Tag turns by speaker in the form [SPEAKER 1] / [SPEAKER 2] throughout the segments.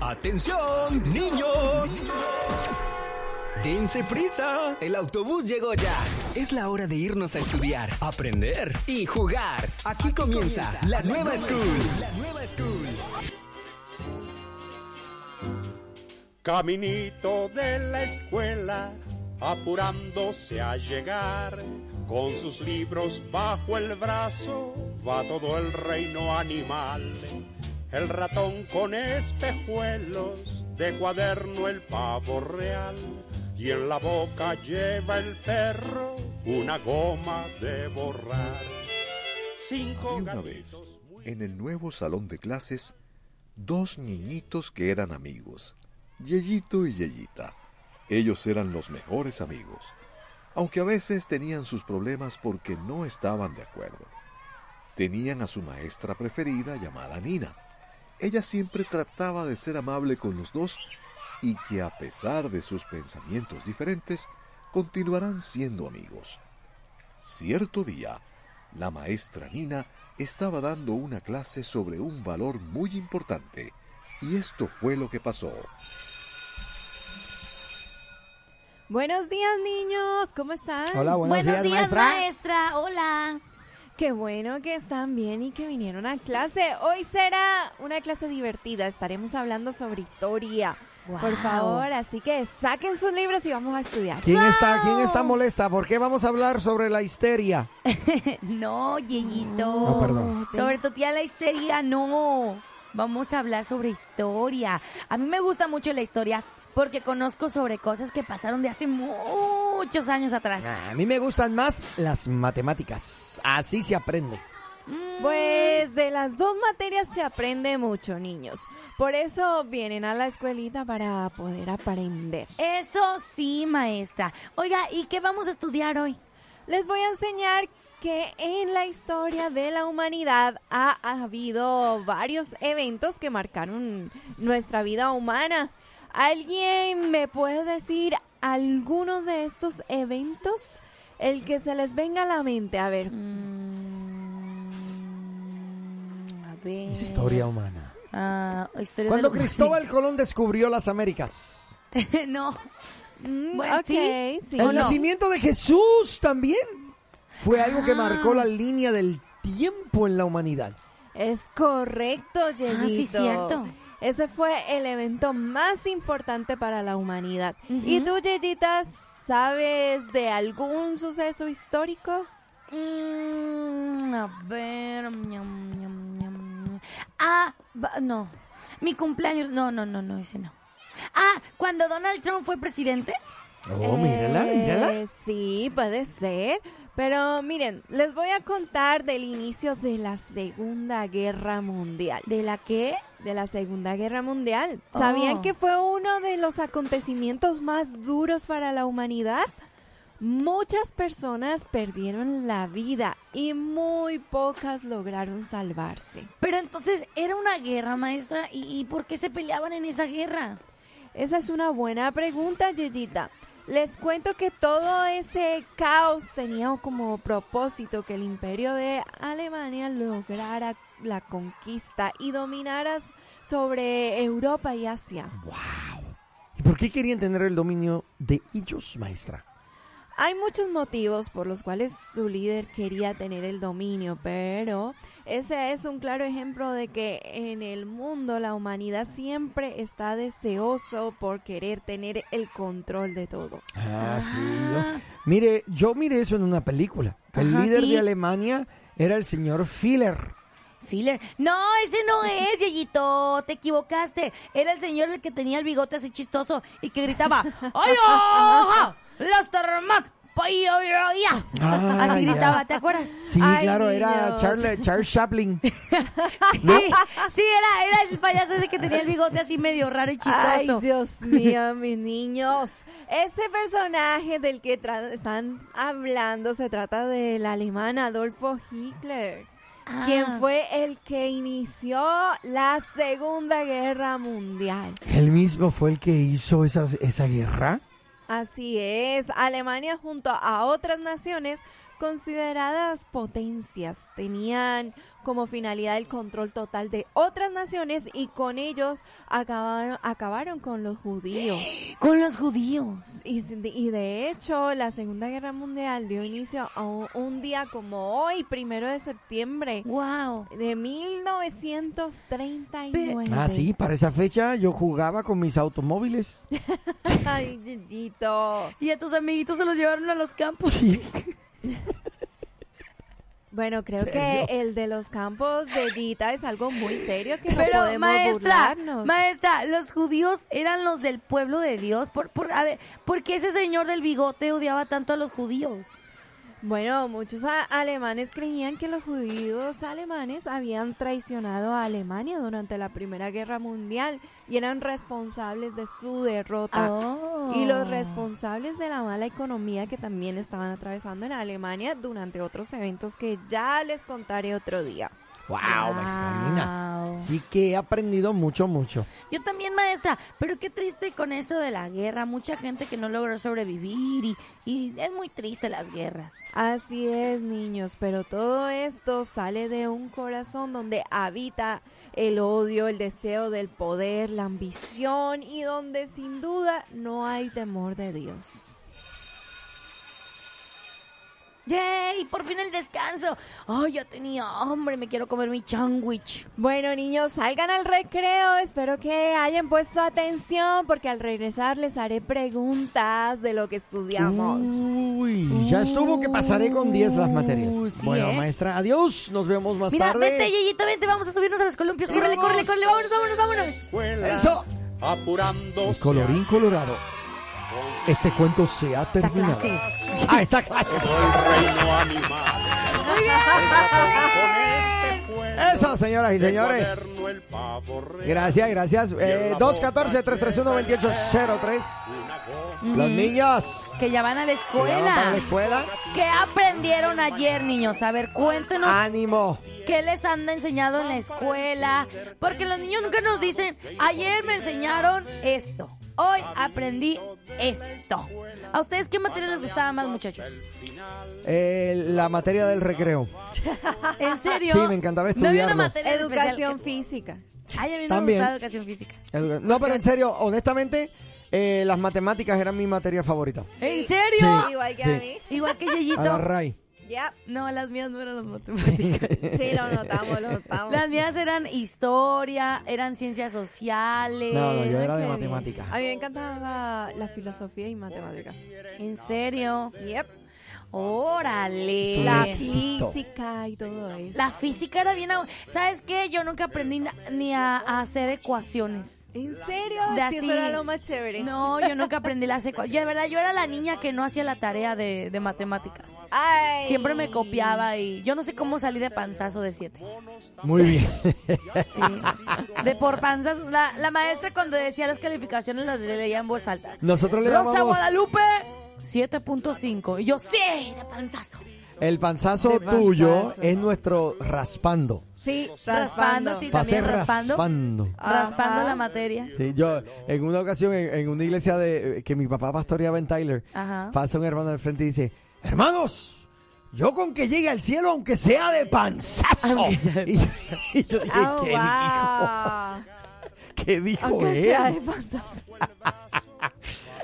[SPEAKER 1] ¡Atención, niños! Dense prisa, el autobús llegó ya. Es la hora de irnos a estudiar, aprender y jugar. Aquí comienza la nueva school. La nueva school.
[SPEAKER 2] Caminito de la escuela, apurándose a llegar, con sus libros bajo el brazo, va todo el reino animal. El ratón con espejuelos, de cuaderno el pavo real, y en la boca lleva el perro una goma de borrar. Cinco
[SPEAKER 3] Había una vez,
[SPEAKER 2] gatitos muy-
[SPEAKER 3] en el nuevo salón de clases, dos niñitos que eran amigos, Yeyito y Yeyita. Ellos eran los mejores amigos, aunque a veces tenían sus problemas porque no estaban de acuerdo. Tenían a su maestra preferida llamada Nina. Ella siempre trataba de ser amable con los dos y que a pesar de sus pensamientos diferentes, continuarán siendo amigos. Cierto día, la maestra Nina estaba dando una clase sobre un valor muy importante, y esto fue lo que pasó.
[SPEAKER 4] Buenos días, niños. ¿Cómo están?
[SPEAKER 5] Hola, buenos,
[SPEAKER 6] Buenos días, maestra. Hola.
[SPEAKER 4] Qué bueno que están bien y que vinieron a clase. Hoy será una clase divertida. Estaremos hablando sobre historia. Por
[SPEAKER 6] Guau.
[SPEAKER 4] favor, así que saquen sus libros y vamos a estudiar.
[SPEAKER 5] ¿Quién está, quién está molesta? ¿Por qué vamos a hablar sobre la histeria?
[SPEAKER 6] No, Yeyito.
[SPEAKER 5] No, perdón.
[SPEAKER 6] Sobre tu tía la histeria, no. Vamos a hablar sobre historia. A mí me gusta mucho la historia porque conozco sobre cosas que pasaron de hace muchos años atrás.
[SPEAKER 5] A mí me gustan más las matemáticas. Así se aprende.
[SPEAKER 4] Pues de las dos materias se aprende mucho, niños. Por eso vienen a la escuelita para poder aprender.
[SPEAKER 6] Eso sí, maestra. Oiga, ¿y qué vamos a estudiar hoy?
[SPEAKER 4] Les voy a enseñar que en la historia de la humanidad ha habido varios eventos que marcaron nuestra vida humana. ¿Alguien me puede decir alguno de estos eventos? El que se les venga a la mente. A ver,
[SPEAKER 6] Mm, a ver.
[SPEAKER 5] Historia humana.
[SPEAKER 6] Ah, historia
[SPEAKER 5] Cuando
[SPEAKER 6] del-
[SPEAKER 5] Cristóbal Colón descubrió las Américas.
[SPEAKER 6] no.
[SPEAKER 4] mm,
[SPEAKER 6] Bueno,
[SPEAKER 4] ok,
[SPEAKER 6] sí.
[SPEAKER 4] sí.
[SPEAKER 5] El
[SPEAKER 6] no?
[SPEAKER 5] nacimiento de Jesús también fue algo que marcó la línea del tiempo en la humanidad.
[SPEAKER 4] Es correcto, Yeyito.
[SPEAKER 6] Ah, sí, cierto.
[SPEAKER 4] Ese fue el evento más importante para la humanidad.
[SPEAKER 6] Ujú.
[SPEAKER 4] ¿Y tú, Yeyita, sabes de algún suceso histórico?
[SPEAKER 6] Mm, a ver. ñam, ñam, ñam. Ah, ba- no. Mi cumpleaños. No, no, no, no, ese no. Ah, cuando Donald Trump fue presidente.
[SPEAKER 5] Oh, mírala,
[SPEAKER 4] Eh,
[SPEAKER 5] mírala.
[SPEAKER 4] Sí, puede ser. Pero miren, les voy a contar del inicio de la Segunda Guerra Mundial.
[SPEAKER 6] ¿De la qué?
[SPEAKER 4] De la Segunda Guerra Mundial.
[SPEAKER 6] Oh.
[SPEAKER 4] ¿Sabían que fue uno de los acontecimientos más duros para la humanidad? Muchas personas perdieron la vida y muy pocas lograron salvarse.
[SPEAKER 6] Pero entonces era una guerra, maestra. ¿Y, y por qué se peleaban en esa guerra?
[SPEAKER 4] Esa es una buena pregunta, Yeyita. Les cuento que todo ese caos tenía como propósito que el imperio de Alemania lograra la conquista y dominara sobre Europa y Asia.
[SPEAKER 5] ¡Wow! ¿Y por qué querían tener el dominio de ellos, maestra?
[SPEAKER 4] Hay muchos motivos por los cuales su líder quería tener el dominio, pero ese es un claro ejemplo de que en el mundo la humanidad siempre está deseoso por querer tener el control de todo.
[SPEAKER 5] Ah, sí.
[SPEAKER 6] Ah.
[SPEAKER 5] yo- Mire, yo miré eso en una película. El
[SPEAKER 6] Ajá,
[SPEAKER 5] líder
[SPEAKER 6] sí.
[SPEAKER 5] de Alemania era el señor Filler.
[SPEAKER 6] Filler. No, ese no es, Yeyito. Te equivocaste. Era el señor el que tenía el bigote así chistoso y que gritaba: ¡Ay, oja! ¡Los termat! ¡Ay, ay, ay, ya".
[SPEAKER 5] Ah,
[SPEAKER 6] Así
[SPEAKER 5] ya.
[SPEAKER 6] gritaba, ¿te acuerdas?
[SPEAKER 5] Sí,
[SPEAKER 4] Ay,
[SPEAKER 5] claro, era
[SPEAKER 4] Dios.
[SPEAKER 5] Charles, Charles Chaplin.
[SPEAKER 6] Sí, sí, era, era el payaso ese que tenía el bigote así medio raro y
[SPEAKER 4] Ay,
[SPEAKER 6] chistoso.
[SPEAKER 4] Dios mío, mis niños. Ese personaje del que tra- están hablando se trata del alemán Adolfo Hitler,
[SPEAKER 6] Ah.
[SPEAKER 4] quien fue el que inició la Segunda Guerra Mundial.
[SPEAKER 5] ¿El mismo fue el que hizo esa, esa guerra?
[SPEAKER 4] Así es, Alemania junto a otras naciones consideradas potencias. Tenían como finalidad el control total de otras naciones y con ellos acabaron, acabaron con los judíos.
[SPEAKER 6] Con los judíos.
[SPEAKER 4] Y, de- y de hecho, la Segunda Guerra Mundial dio inicio a un, un día como hoy, primero de septiembre
[SPEAKER 6] Wow.
[SPEAKER 4] de 1939.
[SPEAKER 5] Ah, sí, para esa fecha yo jugaba con mis automóviles.
[SPEAKER 4] Ay, Yeyito.
[SPEAKER 6] Y a tus amiguitos se los llevaron a los campos.
[SPEAKER 4] Bueno, creo
[SPEAKER 5] ¿Serio?
[SPEAKER 4] que el de los campos de Gita es algo muy serio que no
[SPEAKER 6] Pero
[SPEAKER 4] podemos
[SPEAKER 6] maestra,
[SPEAKER 4] burlarnos.
[SPEAKER 6] maestra, los judíos eran los del pueblo de Dios. Por, por- a ver, ¿por qué ese señor del bigote odiaba tanto a los judíos?
[SPEAKER 4] bueno, muchos a- alemanes creían que los judíos alemanes habían traicionado a Alemania durante la Primera Guerra Mundial y eran responsables de su derrota.
[SPEAKER 6] Ah,
[SPEAKER 4] Y
[SPEAKER 6] Oh.
[SPEAKER 4] los responsables de la mala economía que también estaban atravesando en Alemania durante otros eventos que ya les contaré otro día.
[SPEAKER 5] ¡Wow, maestra Lina! Sí que he aprendido mucho, mucho.
[SPEAKER 6] Yo también, maestra, pero qué triste con eso de la guerra. Mucha gente que no logró sobrevivir y, y es muy triste las guerras.
[SPEAKER 4] Así es, niños, pero todo esto sale de un corazón donde habita el odio, el deseo del poder, la ambición y donde sin duda no hay temor de Dios.
[SPEAKER 6] ¡Yay! Por fin el descanso. ¡Ay, ya tenía hambre! Me quiero comer mi sándwich.
[SPEAKER 4] Bueno, niños, salgan al recreo. Espero que hayan puesto atención porque al regresar les haré preguntas de lo que
[SPEAKER 5] Uh.
[SPEAKER 4] estudiamos.
[SPEAKER 5] Uy, ya estuvo que pasaré con 10 las materias.
[SPEAKER 6] Uy, sí,
[SPEAKER 5] bueno,
[SPEAKER 6] ¿eh?
[SPEAKER 5] maestra, adiós. Nos vemos más
[SPEAKER 6] Mira,
[SPEAKER 5] tarde.
[SPEAKER 6] vete, Yeyito, vete. Vamos a subirnos a los columpios. ¡Córrele, córrele, córrele! ¡Vámonos, vámonos, vámonos!
[SPEAKER 2] escuela
[SPEAKER 5] Eso.
[SPEAKER 2] apurando
[SPEAKER 5] Y colorín colorado. Este cuento se ha terminado.
[SPEAKER 6] clase.
[SPEAKER 5] Ah, esta clase.
[SPEAKER 2] reino animal. Con este
[SPEAKER 5] Eso, señoras y
[SPEAKER 2] de
[SPEAKER 5] señores.
[SPEAKER 2] cuaderno el pavo real,
[SPEAKER 5] Gracias, gracias. Eh,
[SPEAKER 2] una
[SPEAKER 5] 214-331-2803.
[SPEAKER 2] gota
[SPEAKER 5] Los niños.
[SPEAKER 6] Que ya van a la
[SPEAKER 5] que ya van para
[SPEAKER 6] escuela.
[SPEAKER 5] la escuela.
[SPEAKER 6] ¿Qué aprendieron ayer, niños? A ver, cuéntenos
[SPEAKER 5] Ánimo.
[SPEAKER 6] qué les han enseñado en la escuela. Porque los niños nunca nos dicen, ayer me enseñaron esto. Hoy aprendí esto. ¿A ustedes qué materia les gustaba más, muchachos?
[SPEAKER 5] Eh, la materia del recreo.
[SPEAKER 6] ¿En serio?
[SPEAKER 5] Sí, me encantaba
[SPEAKER 6] No había una
[SPEAKER 5] estudiarlo.
[SPEAKER 6] materia en especial
[SPEAKER 4] Educación
[SPEAKER 6] que-
[SPEAKER 4] física.
[SPEAKER 6] Ay, a mí me
[SPEAKER 5] También.
[SPEAKER 6] gustaba educación física.
[SPEAKER 5] Educa- No, pero en serio, honestamente, eh, las matemáticas eran mi materia favorita.
[SPEAKER 6] ¿En serio?
[SPEAKER 5] Sí.
[SPEAKER 4] Igual que
[SPEAKER 5] Sí.
[SPEAKER 4] a mí.
[SPEAKER 6] Igual que
[SPEAKER 5] A la
[SPEAKER 6] Yeyito.
[SPEAKER 5] RAI.
[SPEAKER 4] Ya.
[SPEAKER 6] No, las mías no eran las matemáticas.
[SPEAKER 4] Sí, lo notamos, lo notamos.
[SPEAKER 6] Las mías eran historia, eran ciencias sociales.
[SPEAKER 5] No, no, yo era de
[SPEAKER 4] Qué bien.
[SPEAKER 5] matemáticas.
[SPEAKER 4] A mí me encantaba la, la filosofía y matemáticas.
[SPEAKER 6] ¿En serio?
[SPEAKER 4] Yep.
[SPEAKER 6] Órale.
[SPEAKER 5] Sí.
[SPEAKER 4] La
[SPEAKER 5] éxito.
[SPEAKER 4] física y todo eso.
[SPEAKER 6] La física era bien... abu- ¿Sabes qué? Yo nunca aprendí na- ni a, a hacer ecuaciones.
[SPEAKER 4] ¿En serio?
[SPEAKER 6] De
[SPEAKER 4] Sí,
[SPEAKER 6] así-
[SPEAKER 4] eso era lo más chévere.
[SPEAKER 6] No, yo nunca aprendí las ecuaciones. Yo, de verdad, yo era la niña que no hacía la tarea de, de matemáticas.
[SPEAKER 4] Ay.
[SPEAKER 6] Siempre me copiaba y yo no sé cómo salí de panzazo de siete.
[SPEAKER 5] Muy bien.
[SPEAKER 6] Sí. De por panzas. La, la maestra cuando decía las calificaciones las leía en voz alta.
[SPEAKER 5] Nosotros le
[SPEAKER 6] Rosa
[SPEAKER 5] llamamos
[SPEAKER 6] Guadalupe 7.5. Y yo, sí, era panzazo.
[SPEAKER 5] el panzazo
[SPEAKER 4] panzazo.
[SPEAKER 5] tuyo es nuestro raspando.
[SPEAKER 4] Sí,
[SPEAKER 6] Raspando, sí,
[SPEAKER 5] Pa'
[SPEAKER 6] también
[SPEAKER 5] ser
[SPEAKER 6] raspando.
[SPEAKER 5] raspando.
[SPEAKER 6] Raspando
[SPEAKER 4] Ajá.
[SPEAKER 6] la materia.
[SPEAKER 5] Sí, yo en una ocasión en, en una iglesia de que mi papá pastoreaba en Tyler,
[SPEAKER 4] Ah.
[SPEAKER 6] Ajá.
[SPEAKER 5] pasa un hermano al frente y dice, hermanos, yo con que llegue al cielo aunque sea de panzazo.
[SPEAKER 6] Aunque sea de
[SPEAKER 5] y, yo, y yo dije,
[SPEAKER 4] Ah, guau.
[SPEAKER 5] ¿qué dijo? ¿Qué dijo
[SPEAKER 4] Aunque
[SPEAKER 5] él?"
[SPEAKER 4] sea de panzazo.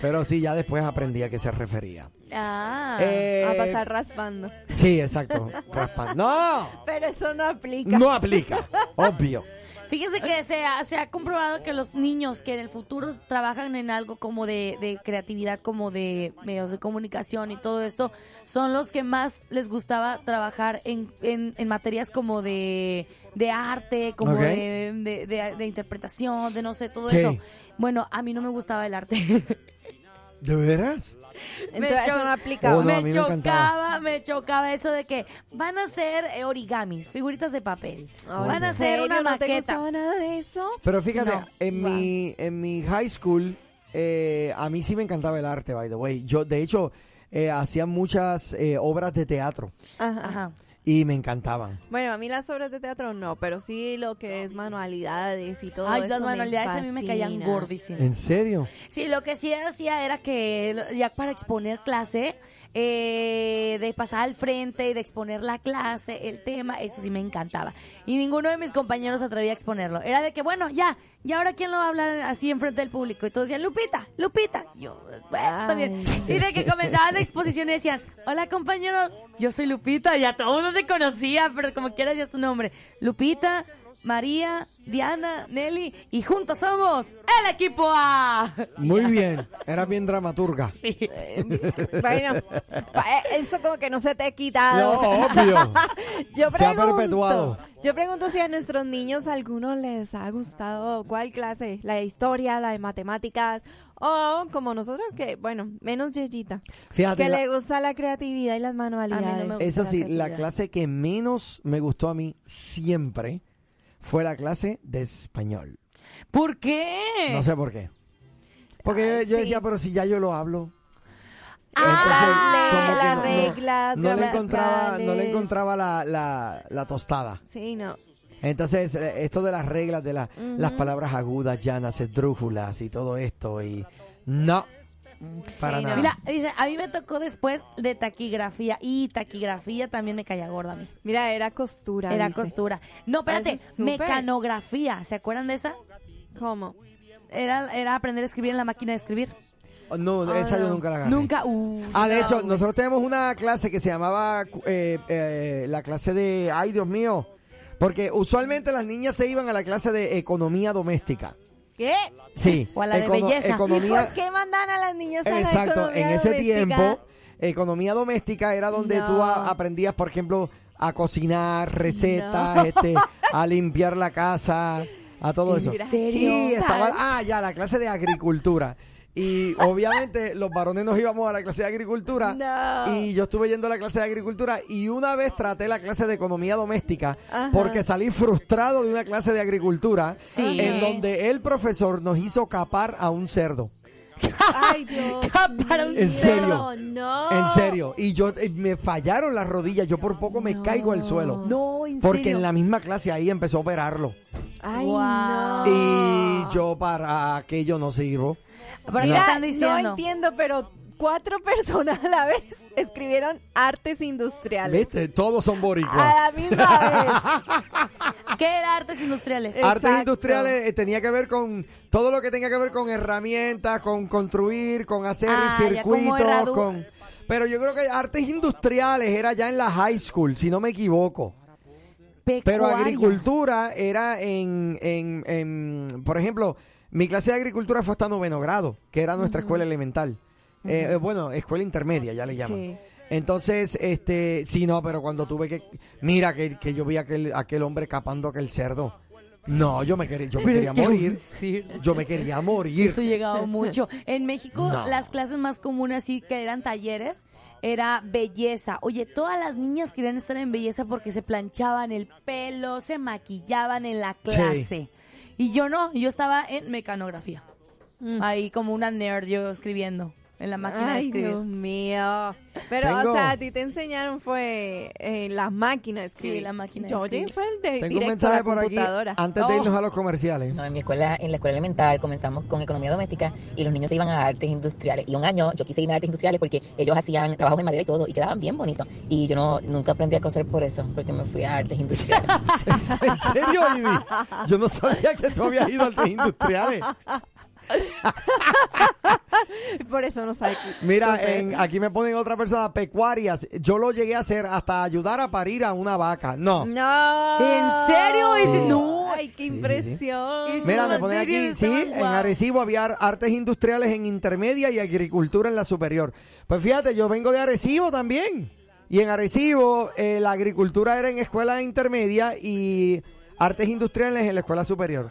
[SPEAKER 5] Pero sí, ya después aprendí a qué se refería.
[SPEAKER 6] Ah.
[SPEAKER 5] Eh,
[SPEAKER 4] A pasar raspando.
[SPEAKER 5] Sí, exacto. Raspando. No,
[SPEAKER 4] Pero eso no aplica.
[SPEAKER 5] no aplica. Obvio.
[SPEAKER 6] Fíjense que se ha, se ha comprobado que los niños que en el futuro trabajan en algo como de, de creatividad, como de medios de comunicación y todo esto, son los que más les gustaba trabajar en, en, en materias como de, de arte, como
[SPEAKER 5] Ok.
[SPEAKER 6] de, de, de- de interpretación, de no sé, todo
[SPEAKER 5] Sí.
[SPEAKER 6] eso. Bueno, a mí no me gustaba el arte.
[SPEAKER 5] ¿De veras?
[SPEAKER 4] Entonces
[SPEAKER 6] cho-
[SPEAKER 4] eso no aplica.
[SPEAKER 5] Oh, no,
[SPEAKER 6] me
[SPEAKER 5] a mí me
[SPEAKER 6] chocaba,
[SPEAKER 5] encantaba.
[SPEAKER 6] me chocaba eso de que van a hacer eh, origamis, figuritas de papel.
[SPEAKER 4] Ay,
[SPEAKER 6] van a
[SPEAKER 4] ¿en
[SPEAKER 6] hacer
[SPEAKER 4] serio?
[SPEAKER 6] una
[SPEAKER 4] ¿No te
[SPEAKER 6] maqueta.
[SPEAKER 4] gustaba nada de eso?
[SPEAKER 5] Pero fíjate,
[SPEAKER 6] No,
[SPEAKER 5] en,
[SPEAKER 6] va.
[SPEAKER 5] mi, en mi high school, eh, a mí sí me encantaba el arte, by the way. Yo, de hecho, eh, hacía muchas eh, obras de teatro.
[SPEAKER 4] Ajá.
[SPEAKER 6] Ajá.
[SPEAKER 5] y me encantaban.
[SPEAKER 4] Bueno, a mí las obras de teatro no, pero sí lo que es manualidades y todo
[SPEAKER 6] Ay,
[SPEAKER 4] eso
[SPEAKER 6] las manualidades
[SPEAKER 4] me
[SPEAKER 6] a mí me caían
[SPEAKER 4] fascina.
[SPEAKER 6] gordísimas.
[SPEAKER 5] ¿En serio?
[SPEAKER 6] Sí, lo que sí hacía era que lo- ya para exponer clase, eh, de pasar al frente y de exponer la clase, el tema, eso sí me encantaba. Y ninguno de mis compañeros se atrevía a exponerlo. Era de que, bueno, ya, ¿y ahora quién lo va a hablar así enfrente del público? Y todos decían, Lupita, Lupita. Y Yo, bueno, también. Y de que comenzaban la exposición y decían, hola compañeros, yo soy Lupita. Ya todo el mundo se conocía, pero como quiera ya tu nombre. Lupita. María, Diana, Nelly y juntos somos el equipo A.
[SPEAKER 5] Muy bien. Era bien dramaturga.
[SPEAKER 4] Eh, Bueno, pa- eh, eso como que no se te ha quitado.
[SPEAKER 5] No, obvio.
[SPEAKER 4] Yo
[SPEAKER 5] Se ha
[SPEAKER 4] pregunto,
[SPEAKER 5] perpetuado.
[SPEAKER 4] Yo pregunto si a nuestros niños a alguno les ha gustado cuál clase, la de historia, la de matemáticas, o como nosotros que, bueno, menos Yeyita,
[SPEAKER 5] Fíjate,
[SPEAKER 4] que
[SPEAKER 5] Ah, la-
[SPEAKER 4] le gusta la creatividad y las manualidades.
[SPEAKER 6] gusta.
[SPEAKER 5] Eso
[SPEAKER 6] la
[SPEAKER 5] sí, la
[SPEAKER 6] creatividad.
[SPEAKER 5] clase que menos me gustó a mí siempre fue la clase de español.
[SPEAKER 6] ¿Por qué?
[SPEAKER 5] No sé por qué. Porque
[SPEAKER 4] Eh. Ay,
[SPEAKER 5] yo, yo
[SPEAKER 4] sí.
[SPEAKER 5] decía, pero si ya yo lo hablo.
[SPEAKER 4] Ah,
[SPEAKER 5] como que
[SPEAKER 4] las
[SPEAKER 5] no-
[SPEAKER 4] reglas
[SPEAKER 5] No, no le encontraba, no le
[SPEAKER 4] gramaticales.
[SPEAKER 5] encontraba la, la- la tostada.
[SPEAKER 4] Sí, no.
[SPEAKER 5] Entonces, eh, esto de las reglas, de la- las palabras agudas, llanas, esdrújulas y todo esto. y No, para
[SPEAKER 4] Sí, no.
[SPEAKER 5] nada.
[SPEAKER 6] Mira, dice, a mí me tocó después de taquigrafía. Y taquigrafía también me caía gorda a mí.
[SPEAKER 4] Mira, era costura.
[SPEAKER 6] Era
[SPEAKER 4] dice.
[SPEAKER 6] costura.
[SPEAKER 5] Ah,
[SPEAKER 6] No, espérate,
[SPEAKER 4] Eso es súper.
[SPEAKER 6] mecanografía. ¿Se acuerdan de esa?
[SPEAKER 4] ¿Cómo?
[SPEAKER 6] Era, era aprender a escribir en la máquina de escribir.
[SPEAKER 5] no, esa yo nunca la agarré.
[SPEAKER 6] ah, Nunca. uh,
[SPEAKER 5] Ah, de
[SPEAKER 6] no.
[SPEAKER 5] hecho, nosotros tenemos una clase que se llamaba eh, eh, la clase de, ay Dios mío, porque usualmente las niñas se iban a la clase de economía doméstica.
[SPEAKER 4] ¿Qué?
[SPEAKER 5] Sí.
[SPEAKER 6] O a la de belleza.
[SPEAKER 5] Economía,
[SPEAKER 4] ¿Y por qué mandan a las niñas a la
[SPEAKER 5] Exacto, en
[SPEAKER 4] economía
[SPEAKER 5] ese
[SPEAKER 4] doméstica?
[SPEAKER 5] tiempo, economía doméstica era donde tú a-
[SPEAKER 4] No.
[SPEAKER 5] aprendías, por ejemplo, a cocinar recetas, este, a limpiar la casa, a todo
[SPEAKER 6] ¿En
[SPEAKER 5] eso.
[SPEAKER 6] serio?
[SPEAKER 5] Y estaba, ah, ya, la clase de agricultura. Y obviamente los varones nos íbamos a la clase de agricultura
[SPEAKER 6] No.
[SPEAKER 5] y yo estuve yendo a la clase de agricultura y una vez traté la clase de economía doméstica
[SPEAKER 4] Ajá.
[SPEAKER 5] porque salí frustrado de una clase de agricultura
[SPEAKER 6] Sí.
[SPEAKER 5] en donde el profesor nos hizo capar a un cerdo.
[SPEAKER 4] Ay, Dios.
[SPEAKER 6] Para un
[SPEAKER 4] mío,
[SPEAKER 5] ¿En serio?
[SPEAKER 4] No.
[SPEAKER 5] En serio. Y yo eh, me fallaron las rodillas. Yo por poco me caigo al suelo.
[SPEAKER 6] No, en
[SPEAKER 5] Porque
[SPEAKER 6] serio.
[SPEAKER 5] en la misma clase ahí empezó a operarlo.
[SPEAKER 4] Ay,
[SPEAKER 6] Wow.
[SPEAKER 4] no.
[SPEAKER 5] Y yo para aquello no sirvo.
[SPEAKER 6] ¿Por qué
[SPEAKER 5] No.
[SPEAKER 6] están
[SPEAKER 4] No
[SPEAKER 6] diciendo?
[SPEAKER 4] entiendo, pero cuatro personas a la vez escribieron artes industriales.
[SPEAKER 5] ¿Viste? Todos son
[SPEAKER 4] A
[SPEAKER 5] boricuas.
[SPEAKER 6] Ah,
[SPEAKER 4] la misma vez.
[SPEAKER 6] ¿Qué era artes industriales?
[SPEAKER 4] Eh,
[SPEAKER 5] Artes
[SPEAKER 4] Exacto.
[SPEAKER 5] industriales eh, tenía que ver con todo lo que tenga que ver con herramientas, con construir, con hacer
[SPEAKER 6] Ah, ya, como
[SPEAKER 5] circuitos,
[SPEAKER 6] herradu-
[SPEAKER 5] con... Pero yo creo que artes industriales era ya en la high school, si no me equivoco. Pero
[SPEAKER 6] Pecuarias.
[SPEAKER 5] agricultura era en, en, en- por ejemplo, mi clase de agricultura fue hasta noveno grado, que era nuestra escuela elemental. Eh, eh, bueno, escuela intermedia, ya le llaman.
[SPEAKER 4] Sí.
[SPEAKER 5] Entonces, este, sí, no, pero cuando tuve que, mira, que, que yo vi a aquel, aquel hombre capando aquel cerdo. No, yo me quería, yo me
[SPEAKER 6] Pero
[SPEAKER 5] quería
[SPEAKER 6] es que un
[SPEAKER 5] morir.
[SPEAKER 6] cerdo.
[SPEAKER 5] Yo me quería morir.
[SPEAKER 6] Eso llegado mucho. En México,
[SPEAKER 5] No.
[SPEAKER 6] las clases más comunes, así que eran talleres, era belleza. Oye, todas las niñas querían estar en belleza porque se planchaban el pelo, se maquillaban en la clase. Y yo no, yo estaba en mecanografía. Ahí como una nerd yo escribiendo en la Mm. máquina de
[SPEAKER 4] Ay,
[SPEAKER 6] escribir.
[SPEAKER 4] Dios mío. Pero,
[SPEAKER 5] Tengo-
[SPEAKER 4] o sea, a ti te enseñaron fue eh, la máquina de escribir.
[SPEAKER 6] Sí, la máquina de
[SPEAKER 4] Yo llegué
[SPEAKER 6] escribir.
[SPEAKER 4] fue el de,
[SPEAKER 5] Tengo un
[SPEAKER 4] directo a
[SPEAKER 5] mensaje
[SPEAKER 4] la
[SPEAKER 5] por aquí
[SPEAKER 4] computadora.
[SPEAKER 5] antes de
[SPEAKER 6] Oh.
[SPEAKER 5] irnos a los comerciales.
[SPEAKER 7] No, en mi escuela, en la escuela elemental, comenzamos con economía doméstica y los niños se iban a artes industriales. Y un año yo quise irme a artes industriales porque ellos hacían trabajos de madera y todo y quedaban bien bonitos. Y yo no, nunca aprendí a coser por eso, porque me fui a artes industriales.
[SPEAKER 5] ¿En serio, Ivy? Yo no sabía que tú habías ido a artes industriales.
[SPEAKER 4] Por eso no sabe. que-
[SPEAKER 5] Mira,
[SPEAKER 4] Entonces,
[SPEAKER 5] en- aquí me ponen otra persona, pecuarias. Yo lo llegué a hacer hasta ayudar a parir a una vaca. No.
[SPEAKER 4] No.
[SPEAKER 6] ¿En serio? Dice,
[SPEAKER 5] Sí.
[SPEAKER 6] no.
[SPEAKER 4] Ay, qué impresión.
[SPEAKER 6] sí.
[SPEAKER 5] Mira, me
[SPEAKER 6] Las
[SPEAKER 5] ponen aquí,
[SPEAKER 6] series
[SPEAKER 5] sí,
[SPEAKER 6] estaban
[SPEAKER 5] en
[SPEAKER 6] guau.
[SPEAKER 5] Arecibo había ar- artes industriales en intermedia y agricultura en la superior. Pues fíjate, yo vengo de Arecibo también. Y en Arecibo eh, la agricultura era en escuela intermedia y artes industriales en la escuela superior.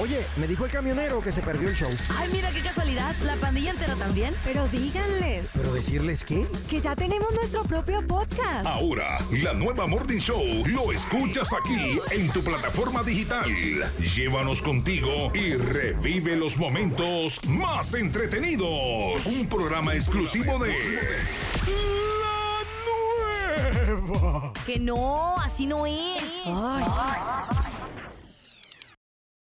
[SPEAKER 5] Oye, me dijo el camionero que se perdió el show.
[SPEAKER 8] Ay, mira qué casualidad, la pandilla entera también.
[SPEAKER 9] Pero díganles
[SPEAKER 5] ¿Pero decirles qué?
[SPEAKER 9] que ya tenemos nuestro propio podcast.
[SPEAKER 10] Ahora, la nueva Morning Show lo escuchas aquí en tu plataforma digital. Llévanos contigo y revive los momentos más entretenidos. Un programa exclusivo de La
[SPEAKER 6] Que no, así no es.